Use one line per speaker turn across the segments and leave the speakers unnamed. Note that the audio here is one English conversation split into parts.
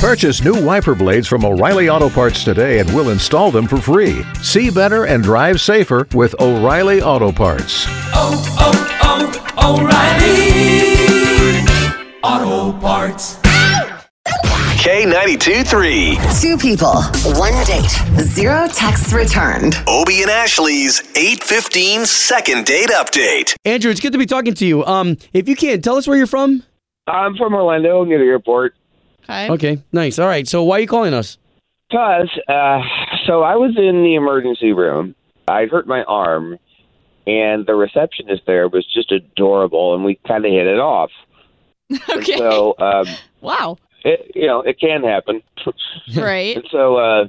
Purchase new wiper blades from O'Reilly Auto Parts today and we'll install them for free. See better and drive safer with O'Reilly Auto Parts.
Oh, oh, oh, O'Reilly Auto Parts.
K92 3.
Two people, one date, zero texts returned.
Obie and Ashley's 815 second date update.
Andrew, it's good to be talking to you. Um, if you can, tell us where you're from.
I'm from Orlando near the airport.
Okay.
Okay, nice. All right. So why are you calling us?
Cause, uh, so I was in the emergency room. I hurt my arm, and the receptionist there was just adorable, and we kind of hit it off. And
Okay.
so, um,
wow.
it, you know, it can happen.
Right.
and so uh,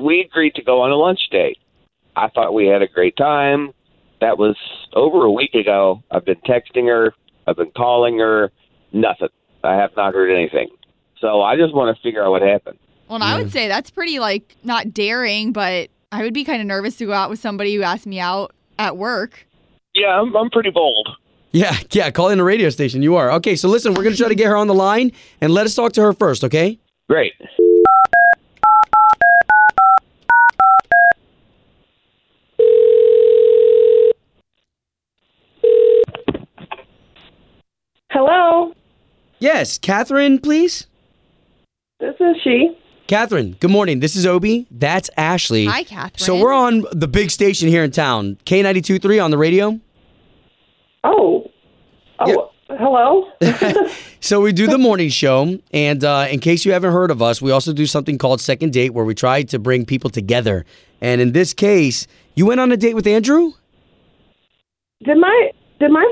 we agreed to go on a lunch date. I thought we had a great time. That was over a week ago. I've been texting her. I've been calling her. Nothing. I have not heard anything. So I just want to figure out what happened.
Well, and I would say that's pretty like not daring, but I would be kind of nervous to go out with somebody who asked me out at work.
Yeah, I'm, I'm pretty bold.
Yeah, yeah. Call in a radio station. You are okay. So listen, we're gonna try to get her on the line and let us talk to her first. Okay.
Great.
Hello,
Yes, Catherine, please.
this is she.
Catherine, good morning. This is Obi. That's Ashley.
Hi, Catherine.
So we're on the big station here in town, K92.3 on the radio.
Oh, oh, hello.
So we do the morning show, and uh, in case you haven't heard of us, we also do something called Second Date, where we try to bring people together. And in this case, you went on a date with Andrew.
did my did my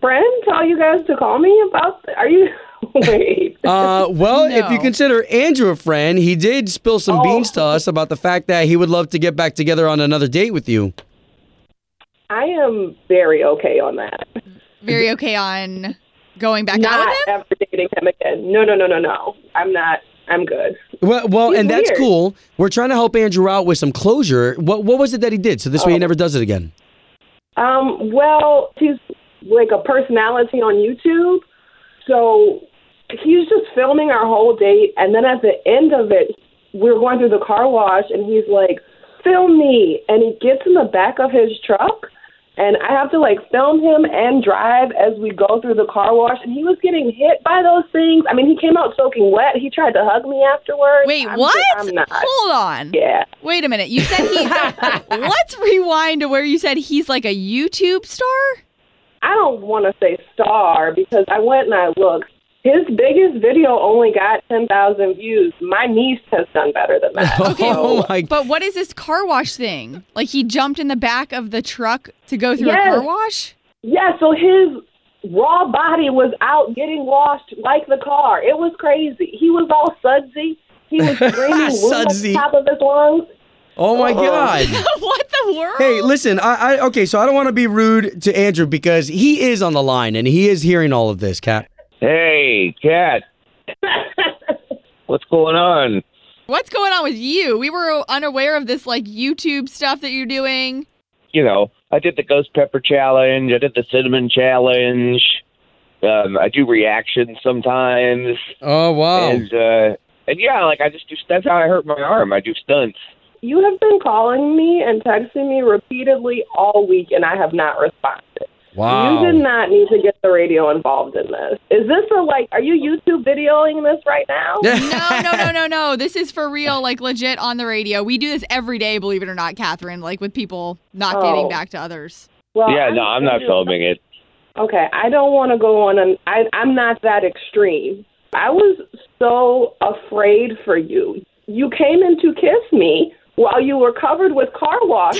friend tell you guys to call me about? th- Are you? Wait.
Uh, well, if you
No.
consider Andrew a friend, he did spill some beans to us about the fact that he would love to get back together on another date with you.
I am very okay on that.
very okay on going back out
Not
with him.
ever dating him again. No, no, no, no, no. I'm not. I'm good.
Well, well,
He's
and that's
weird.
cool. We're trying to help Andrew out with some closure. What what was it that he did? So this way he never does it again.
Um, well, he's like a personality on YouTube. So he's just filming our whole date. And then at the end of it, we're going through the car wash, and he's like, film me. And he gets in the back of his truck. And I have to like film him and drive as we go through the car wash. And he was getting hit by those things. I mean, he came out soaking wet. He tried to hug me afterwards.
Wait,
I'm
what?
just- I'm not.
Hold on.
Yeah.
Wait a minute. You said he. Let's rewind to where you said he's like a YouTube star.
I don't want to say star because I went and I looked. His biggest video only got 10,000 views. My niece has done better than that.
oh my!
But what is this car wash thing? Like he jumped in the back of the truck to go through
Yes.
a car wash?
Yeah, so his raw body was out getting washed like the car. It was crazy. He was all sudsy. He was screaming woo at
Sudsy.
the top of his lungs.
Oh my God!
what the world?
Hey, listen, I, I okay, so I don't want to be rude to Andrew because he is on the line and he is hearing all of this, Kat.
Hey, Kat. What's going on?
What's going on with you? We were unaware of this like YouTube stuff that you're doing.
You know, I did the ghost pepper challenge. I did the cinnamon challenge. Um, I do reactions sometimes,
Oh wow.
and uh, and yeah, like I just do. That's how I hurt my arm. I do stunts.
You have been calling me and texting me repeatedly all week, and I have not responded. You did not need to get the radio involved in this. Is this a like, are you YouTube videoing this right now?
No, no, no, no, no. This is for real, like legit on the radio. We do this every day, believe it or not, Catherine, like with people not getting
Oh.
back to others.
Well,
yeah, no, I'm not filming it.
Okay, I don't want to go on. An, I, I'm not that extreme. I was so afraid for you. You came in to kiss me while you were covered with car wash.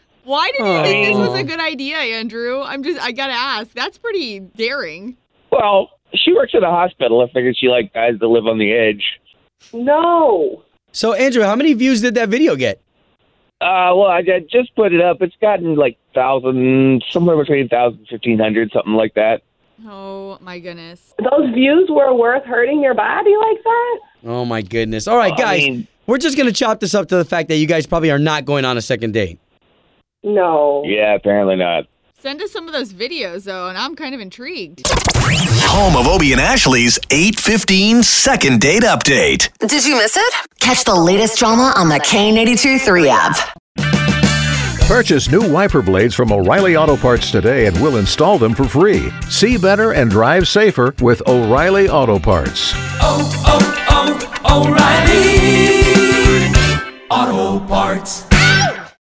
Oh my God.
water.
Why did you think this was
Oh.
a good idea, Andrew? I'm just, I gotta ask. That's pretty daring.
Well, she works at a hospital. I figured she liked guys that live on the edge.
no.
So Andrew, how many views did that video get?
Uh, well, I I just put it up. It's gotten like thousand, somewhere between thousand fifteen hundred, something like that.
Oh my goodness.
Those views were worth hurting your body like that?
Oh my goodness. All right,
I
guys.
mean-
we're just gonna chop this up to the fact that you guys probably are not going on a second date.
No.
Yeah, apparently not.
Send us some of those videos though, and I'm kind of intrigued.
Home of Obie and Ashley's 815 second date update.
Did you miss it? Catch the latest drama on the K82 3 app.
Purchase new wiper blades from O'Reilly Auto Parts today and we'll install them for free. See better and drive safer with O'Reilly Auto Parts.
Oh, oh, oh, O'Reilly. Auto parts.